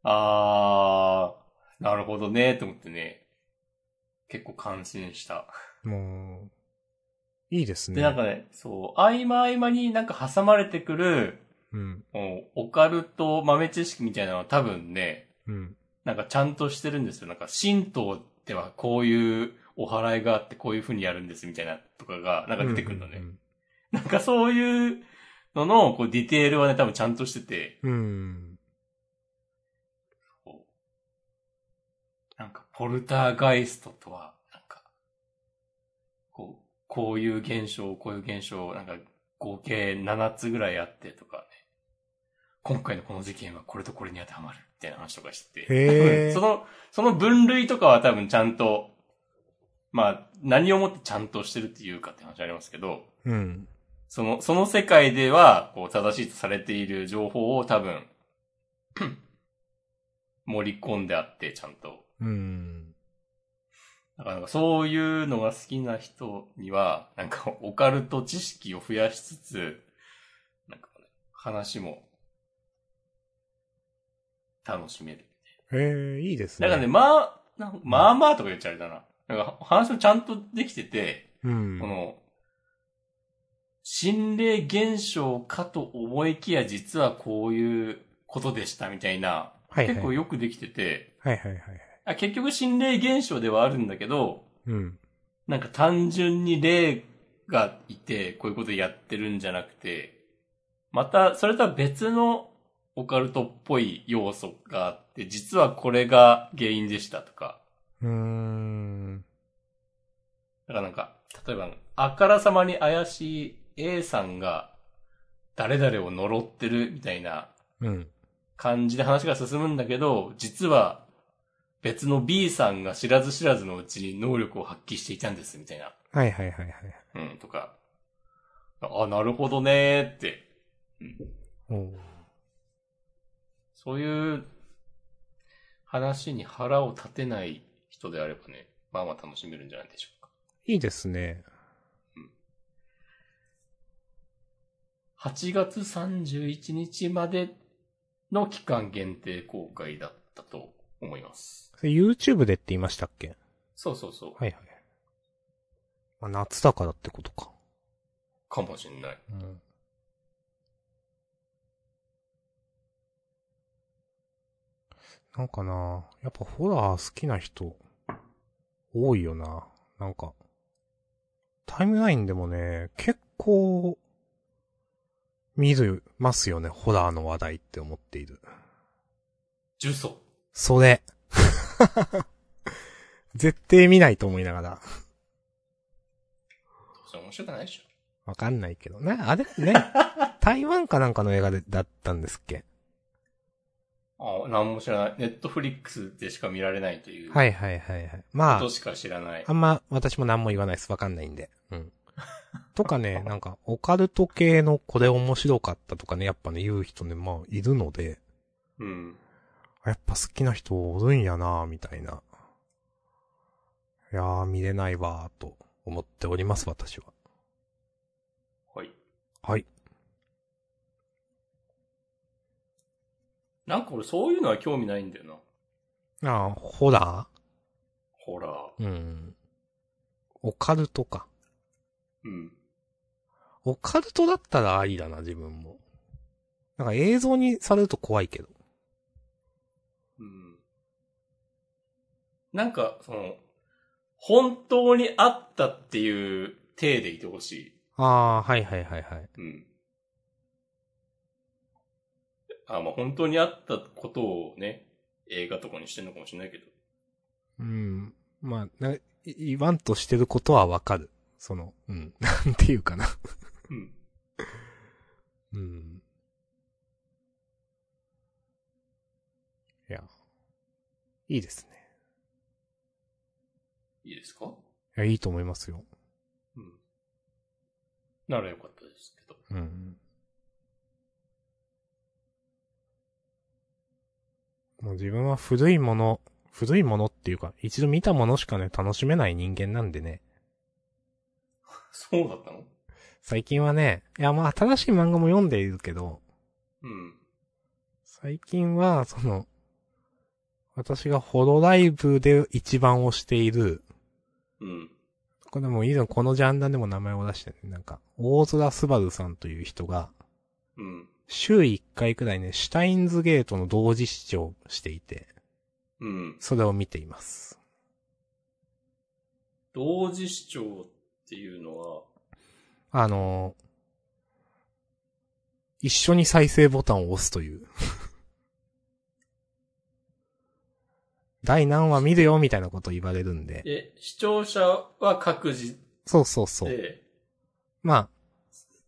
S1: あー、なるほどね、と思ってね、結構感心した。
S2: もう、いいですね。
S1: で、なんかね、そう、合間合間になんか挟まれてくる、
S2: うん。
S1: もうオカルト豆知識みたいなのは多分ね、
S2: うん。
S1: なんかちゃんとしてるんですよ。なんか神道ではこういうお祓いがあってこういう風にやるんですみたいなとかが、なんか出てくるのね。
S2: うん
S1: なんかそういうのの、こうディテールはね、多分ちゃんとしてて、
S2: うんうん。
S1: こうなんかポルターガイストとは、なんか、こう、こういう現象、こういう現象、なんか合計7つぐらいあってとかね。今回のこの事件はこれとこれに当てはまるみたいな話とかしてて。
S2: へえ。
S1: その、その分類とかは多分ちゃんと、まあ、何をもってちゃんとしてるっていうかって話ありますけど、
S2: うん。
S1: その、その世界では、こう、正しいとされている情報を多分、 盛り込んであって、ちゃんと。
S2: うん。
S1: だからなんかそういうのが好きな人には、なんかオカルト知識を増やしつつ、なんか、ね、話も、楽しめる。
S2: へえ、いいですね。
S1: なんかね、まあ、なんまあまあとか言っちゃあれだな。なんか話もちゃんとできてて、
S2: うん。
S1: この、心霊現象かと思いきや実はこういうことでしたみたいな、
S2: はいはい
S1: 結構よくできてて、
S2: はいはいはいはい。
S1: あ結局心霊現象ではあるんだけど、
S2: うん。
S1: なんか単純に霊がいて、こういうことやってるんじゃなくて、また、それとは別のオカルトっぽい要素があって、実はこれが原因でしたとか、
S2: うーん。
S1: だからなんか、例えば、あからさまに怪しい A さんが、誰々を呪ってるみたいな
S2: うん。
S1: 感じで話が進むんだけど、実は、別の B さんが知らず知らずのうちに能力を発揮していたんです、みたいな。
S2: はいはいはいはい。
S1: うん、とか。あ、なるほどねーって。
S2: おう
S1: そういう話に腹を立てない人であればね、まあまあ楽しめるんじゃないでしょうか。
S2: いいですね。
S1: 8月31日までの期間限定公開だったと思います。
S2: それ YouTube でって言いましたっけ
S1: そうそうそう。
S2: はいはい。まあ、夏だからってことか。
S1: かもしんない。
S2: うん。なんかなやっぱホラー好きな人、多いよな。なんか、タイムラインでもね、結構、見る、ますよね、ホラーの話題って思っている。
S1: 呪詛。
S2: それ。 絶対見ないと思いながら。
S1: それ面白くないでしょ。
S2: わかんないけど。な、あれ ね。台湾かなんかの映画でだったんですっけ
S1: あ、なんも知らない。ネットフリックスでしか見られないという。。
S2: はいいはいはいはい。まあ
S1: こと、しか知らない
S2: あ。んま私も何も言わないです。わかんないんで。 うん。とかね、なんか、オカルト系のこれ面白かったとかね、やっぱね、言う人ね、まあ、いるので、
S1: うん。
S2: やっぱ好きな人おるんやなみたいな。いやー、見れないわーと思っております、私は。
S1: はい。
S2: はい。
S1: なんか俺そういうのは興味ないんだよな。
S2: あー、ホラ
S1: ホラー。
S2: ーうん。オカルトか。
S1: うん。
S2: オカルトだったらありだな、自分も。なんか映像にされると怖いけど。
S1: うん。なんか、その、本当にあったっていう体でいてほしい。
S2: あー、はいはいはいはい。
S1: うん。あ、まあ本当にあったことをね、映画とかにしてんのかもしれないけど。
S2: うん。まあ、な、い言わんとしてることはわかる。その、うん。 なんていうかな。
S1: うん。
S2: うん。いや。いいですね。
S1: いいですか
S2: いや、いいと思いますよ。
S1: うん。ならよかったですけど。
S2: うん。もう自分は古いもの、古いものっていうか、一度見たものしかね、楽しめない人間なんでね。
S1: そうだったの
S2: 最近はね、いや、まあ、新しい漫画も読んでいるけど、
S1: うん。
S2: 最近は、その、私がホロライブで一番推している、
S1: うん。
S2: これも以前このジャンダンでも名前を出してね、なんか、大空すばるさんという人が、
S1: うん。
S2: 週1回くらいね、シュタインズゲートの同時視聴をしていて、
S1: うん。
S2: それを見ています。
S1: 同時視聴っていうのは、
S2: あのー一緒に再生ボタンを押すという。 第何話見るよみたいなこと言われるんで。
S1: え、視聴者は各自
S2: そうそうそう。
S1: で、
S2: まあ、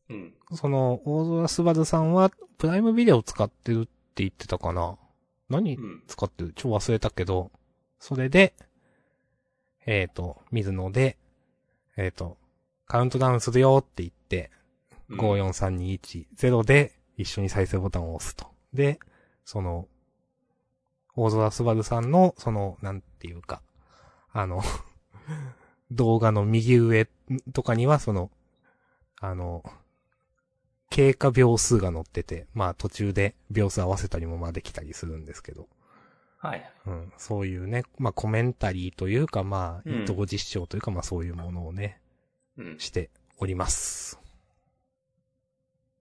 S1: うん。
S2: その、大空すばるさんは、プライムビデオ使ってるって言ってたかな何
S1: うん。
S2: 使ってるちょ、忘れたけど、それで、えっ、と、見るので、えっ、と、カウントダウンするよって言って、
S1: うん。
S2: 54321で、一緒に再生ボタンを押すと。で、その、大空すばるさんの、その、なんていうか、あの、 動画の右上とかには、その、あの、経過秒数が載ってて、まあ途中で秒数合わせたりもまあできたりするんですけど、
S1: はい。
S2: うん、そういうね、まあコメンタリーというか、まあ
S1: うん、
S2: 同時視聴というか、まあそういうものをね、
S1: うん。
S2: しております。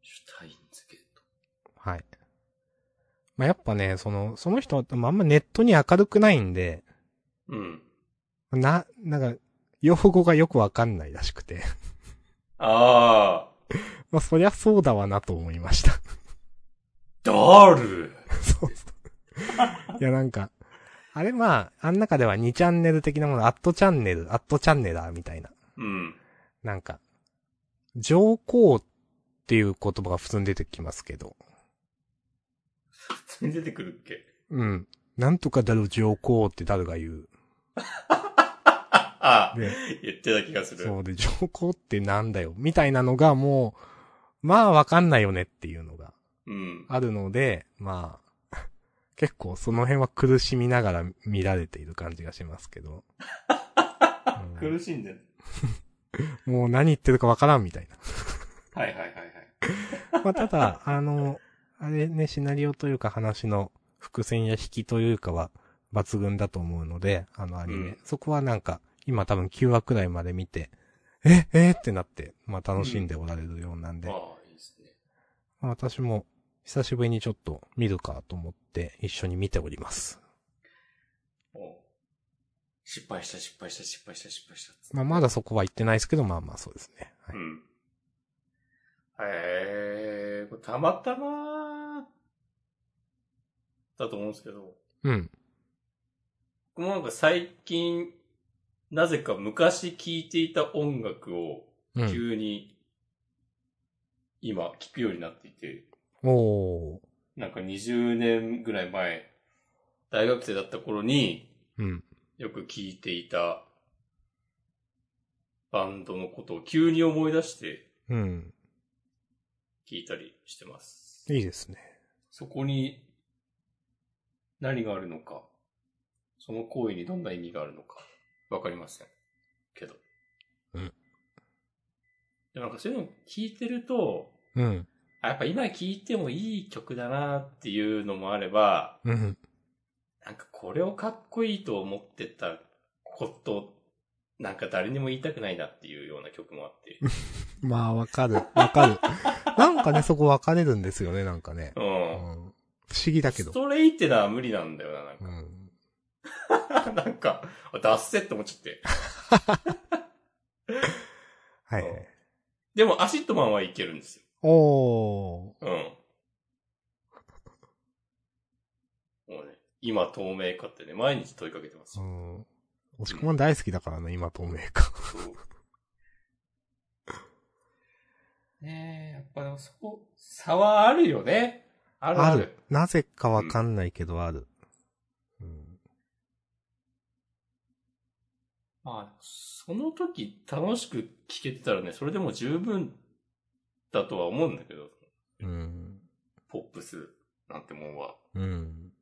S1: シュタインズゲート。
S2: はい。まあ、やっぱね、その、その人は、まあ、あんまネットに明るくないんで、
S1: うん。
S2: な、なんか、用語がよくわかんないらしくて。
S1: あ
S2: まあ、そりゃそうだわなと思いました。
S1: ー、ダール。
S2: そうそう。いや、なんか、あれまあ、あん中では2チャンネル的なもの、アットチャンネル、アットチャンネラーみたいな。
S1: うん。
S2: なんか、上皇っていう言葉が普通に出てきますけど、
S1: 普通に出てくるっけ
S2: うん。なんとかだる上皇って誰が言う。
S1: あ
S2: で、
S1: 言ってた気がする。
S2: そうで、上皇ってなんだよ、みたいなのがもう、まあわかんないよねっていうのが
S1: うん。
S2: あるので、まあ、 結構その辺は苦しみながら見られている感じがしますけど。うん
S1: 苦しんでる。
S2: もう何言ってるかわからんみたい
S1: はいはいはいはい。
S2: な。まあただ、あの、あれね、シナリオというか話の伏線や引きというかは抜群だと思うので、あのアニメ。
S1: うん
S2: そこはなんか、今多分9話くらいまで見て、え、えーってなって、まあ楽しんでおられるようなんで。
S1: ああ、いいですね。
S2: まあ私も久しぶりにちょっと見るかと思って一緒に見ております。
S1: おう失敗した、失敗した、失敗した、失敗したっつって。
S2: まあ、まだそこは行ってないですけど、まあまあそうですね。はい
S1: うん。えー、これたまたま、だと思うんですけど、
S2: うん。
S1: 僕もなんか最近、なぜか昔聴いていた音楽を、
S2: うん。
S1: 急に、今、聴くようになっていて、
S2: おー。
S1: なんか20年ぐらい前、大学生だった頃に、
S2: うん。
S1: よく聴いていた、バンドのことを急に思い出して、
S2: うん。
S1: 聴いたりしてます。
S2: いいですね。
S1: そこに何があるのか、その行為にどんな意味があるのか、わかりません。けど。
S2: うん。
S1: でもなんかそういうのを聞いてると、
S2: うん。
S1: あやっぱ今聴いてもいい曲だなっていうのもあれば、
S2: うん。
S1: なんかこれをかっこいいと思ってたこと、なんか誰にも言いたくないなっていうような曲もあ って。
S2: まあ、わかる。わか る。なんかね、そこ分かれるんですよね、なんかね。
S1: う
S2: う
S1: ん。
S2: ん不思議だけ
S1: ス
S2: ど。
S1: トレイってのは無理なんだよな、なんか
S2: う。ん。
S1: なんか、あダッセって思っちゃって。
S2: はいは
S1: うん
S2: い。
S1: でも、アシットマンはいけるんですよ。
S2: お
S1: う
S2: ー。
S1: ん。もうね、今透明化ってね、毎日問いかけてます
S2: う
S1: よ。
S2: ん。押し込まん大好きだからね、今透明か。
S1: そうねえ、やっぱでもそこ、差はあるよね。あるあ
S2: あ
S1: る。
S2: る。なぜかわかんないけどある。うん。
S1: まあ、その時楽しく聴けてたらね、それでも十分だとは思うんだけど、
S2: うん。
S1: ポップスなんてもんは。
S2: うん。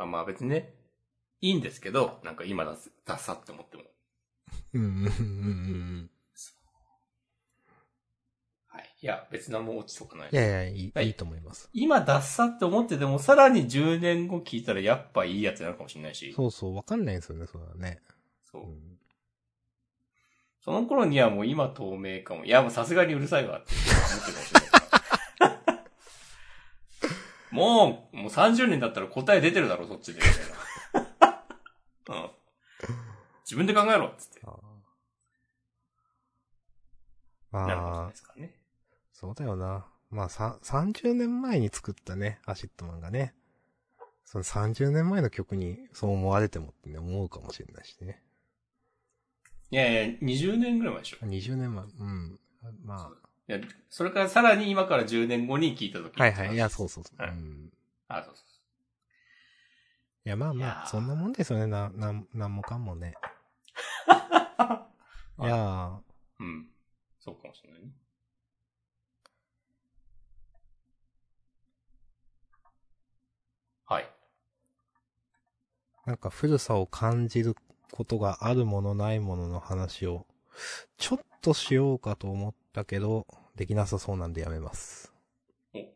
S1: あまあ別にね、いいんですけど、なんか今出す、出さって思っても。
S2: うん。うん。うん。
S1: はい。いや、別に何も落ちとかない
S2: い。やいや、い、
S1: はいい
S2: いいと思います。
S1: 今ダッサって思ってても、さらに10年後聞いたらやっぱいいやつになるかもしれないし。
S2: そうそう、わかんないんですよね、それはね。
S1: そううんその頃にはもう今透明かも。いや、もうさすがにうるさいわって思ってるかもしれないから。もう、もう30年だったら答え出てるだろ、そっちで。みたいな。うん。自分で考えろっつって。
S2: あー
S1: なるかもしれない
S2: まあ
S1: で、すからね。
S2: そうだよな。まあ、さ、30年前に作ったね、アシットマンがね。その30年前の曲にそう思われてもってね、思うかもしれないしね。
S1: いやいや、20年ぐらい前でしょ。
S2: 20年前、うん。ま
S1: いや、それからさらに今から10年後に聞いたとき。
S2: あ、はいはい、いや、そう
S1: そ
S2: そうそう。
S1: はい
S2: うん。
S1: う。あ、そうそうそ
S2: いや、まあ
S1: い
S2: ま
S1: やー
S2: あ、そんなもんですよね、な、なん、なんもかんも ね。いやー、
S1: う。うん。そうかもしれないね。はい。
S2: なんか古さを感じることがあるものないものの話を、ちょっとしようかと思ったけど、できなさそうなんでやめます。
S1: お。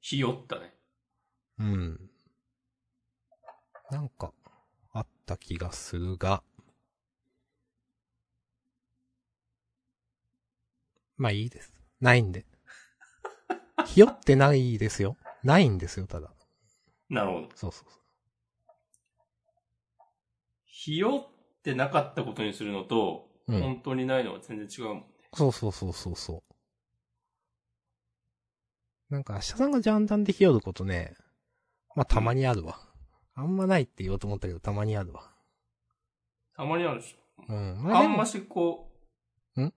S1: ひよったね。
S2: うん。なんか、あった気がするが、まあいいです。ないんで。ひよってないですよ。ないんですよ、ただ。
S1: なるほど。
S2: そうそうそう。
S1: ひよってなかったことにするのと、
S2: うん
S1: 本当にないのは全然違うもんね。
S2: そうそうそうそうそう。なんか、明日さんがジャンダンでひよることね、まあ、たまにあるわ。あんまないって言おうと思ったけど、たまにあるわ。
S1: たまにあるでしょ。
S2: うん。まあ
S1: あ
S2: で
S1: ん
S2: も
S1: ま、しこう、
S2: ん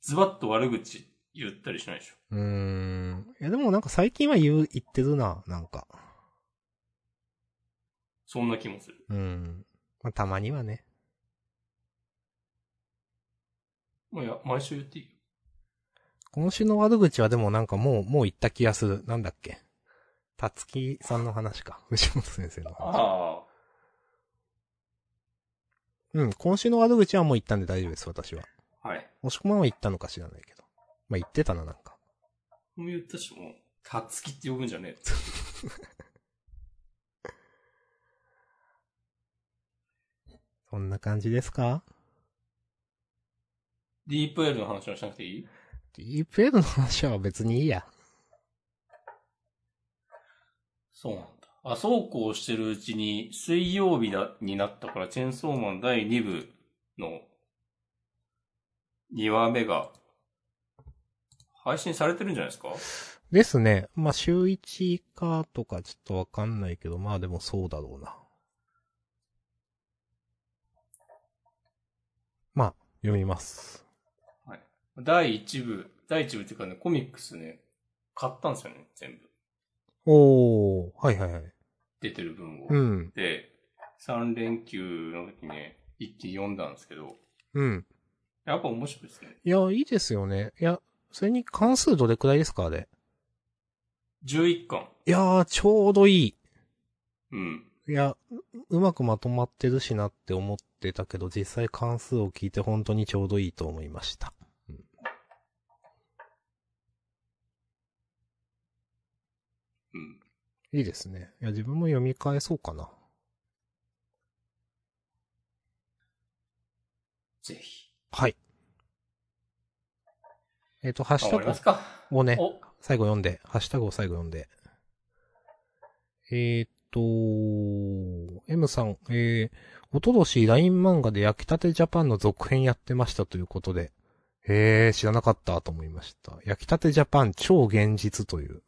S1: ズバッと悪口言ったりしないでしょ。
S2: うーん。いやでもなんか最近は言う、言ってるな、なんか。
S1: そんな気もする。
S2: うん。まあ、たまにはね。
S1: もういや、毎週言っていいよ。
S2: 今週の悪口はでもなんかもう、もう言った気がする。なんだっけ。たつきさんの話か。藤本先生の話。
S1: ああ。
S2: うん、今週の悪口はもう言ったんで大丈夫です、私は。
S1: はい。
S2: もしくまんは言ったのか知らないけど。まあ、言ってたな、なんか。
S1: もう言ったし、もう、たつきって呼ぶんじゃね
S2: そんな感じですか
S1: え。ディープエールの話はしなくていい
S2: ディープエールの話は別にいいや。
S1: そうなんだ。あ、そうこうしてるうちに、水曜日なになったから、チェーンソーマン第2部の2話目が、配信されてるんじゃないですか
S2: ですね。まあ、週1かとかちょっとわかんないけど、まあでもそうだろうな。まあ、読みます。
S1: 第1部、第1部っていうかね、コミックスね、買ったんですよね、全部。
S2: おー、はいはいはい。
S1: 出てる分を。
S2: うん、
S1: で、3連休の時ね、一気に読んだんですけど、
S2: うん。
S1: やっぱ面白いですね。
S2: いや、いいですよね。いや、それに関数どれくらいですかあれ。
S1: 11巻。
S2: いやー、ちょうどいい。
S1: うん。
S2: いや、ううまくまとまってるしなって思ってたけど、実際関数を聞いて本当にちょうどいいと思いました。
S1: うん。
S2: いいですね。いや、自分も読み返そうかな。
S1: ぜひ。
S2: はい。えっ、と、ハッ
S1: あ
S2: シュ
S1: 終わり
S2: タグ
S1: ますか。
S2: をね、
S1: お、
S2: 最後読んで、ハッシュタグを最後読んで。えーっと、M さん、えー、おととし LINE 漫画で焼きたてジャパンの続編やってましたということで、へえー、知らなかったと思いました。焼きたてジャパン超現実という。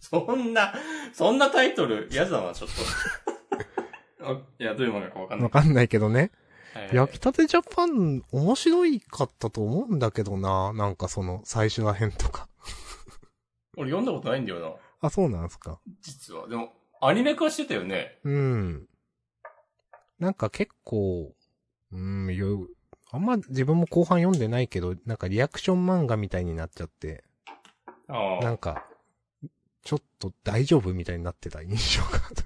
S1: そんな、そんなタイトル、嫌だな、ちょっと。 あいや、どういうものかわかんな
S2: わ
S1: い。
S2: かんないけどね。
S1: はいはい
S2: 焼きたてジャパン面白いかったと思うんだけどな。なんかその最初ら辺とか。
S1: 俺読んだことないんだよな、
S2: あ、そうなんすか。
S1: 実は。でも、アニメ化してたよね。
S2: うん。なんか結構、うん、よ、あんま自分も後半読んでないけど、なんかリアクション漫画みたいになっちゃって、
S1: あ
S2: な
S1: あ。
S2: んか、ちょっと大丈夫みたいになってた印 象がある。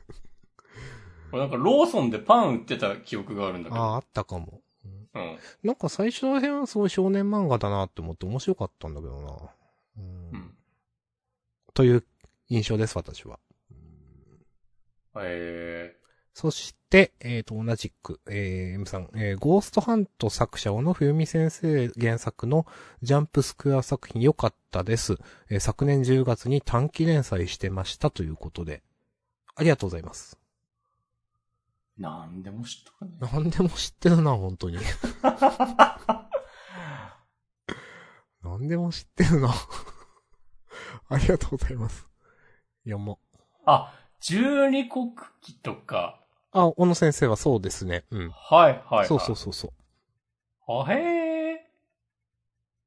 S1: 俺なんか、ローソンでパン売ってた記憶があるんだけ
S2: あ
S1: ど。
S2: あ、あったかも。
S1: うん。
S2: なんか最初の辺はすごい少年漫画だなって思って面白かったんだけどな。うん。
S1: うん。
S2: という印象です、私は。
S1: え
S2: そして、えっ、と、同じく、えー M さん、えーゴーストハント作者小野冬美先生原作のジャンプスクエア作品良かったです、えー昨年10月に短期連載してましたということで、ありがとうございます。
S1: ー、なんでも知っとるね。
S2: なんでも知ってるな、本当 に。なんでも知ってるな。 ありがとうございます。いや、も
S1: あ、十二国記とか。
S2: う。あ、小野先生はそうですね。うん。
S1: はいはい、はい。
S2: そうそうそうそう。
S1: あへえ。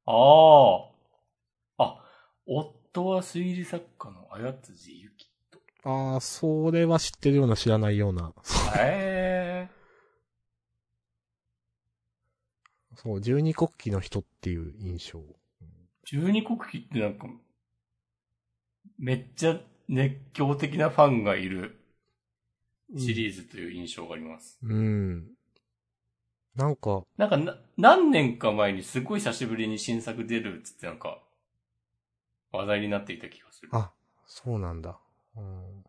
S1: ああ。あ、夫は推理作家の綾辻ゆき。
S2: ああ、それは知ってるような知らないような。
S1: へえ。
S2: そう、十二国旗の人っていう印象。
S1: 十二国旗ってなんか、めっちゃ熱狂的なファンがいるシリーズという印象があります。
S2: うん。なんか、
S1: なんかな、何年か前にすごい久しぶりに新作出るっつってなんか、話題になっていた気がする。
S2: あ、そうなんだ。うん、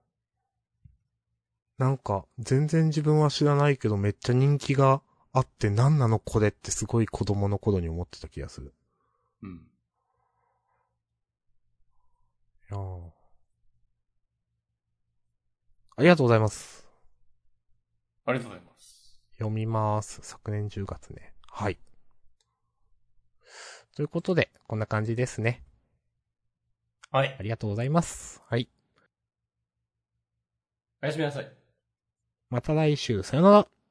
S2: なんか、全然自分は知らないけど、めっちゃ人気があって、何なのこれってすごい子供の頃に思ってた気がする。
S1: うん。
S2: いやーありがとうございます。
S1: ありがとうございます。
S2: 読みます。昨年10月ね。はい。ということで、こんな感じですね。
S1: はい。
S2: ありがとうございます。はい。
S1: おやすみなさい。
S2: また来週、さよなら。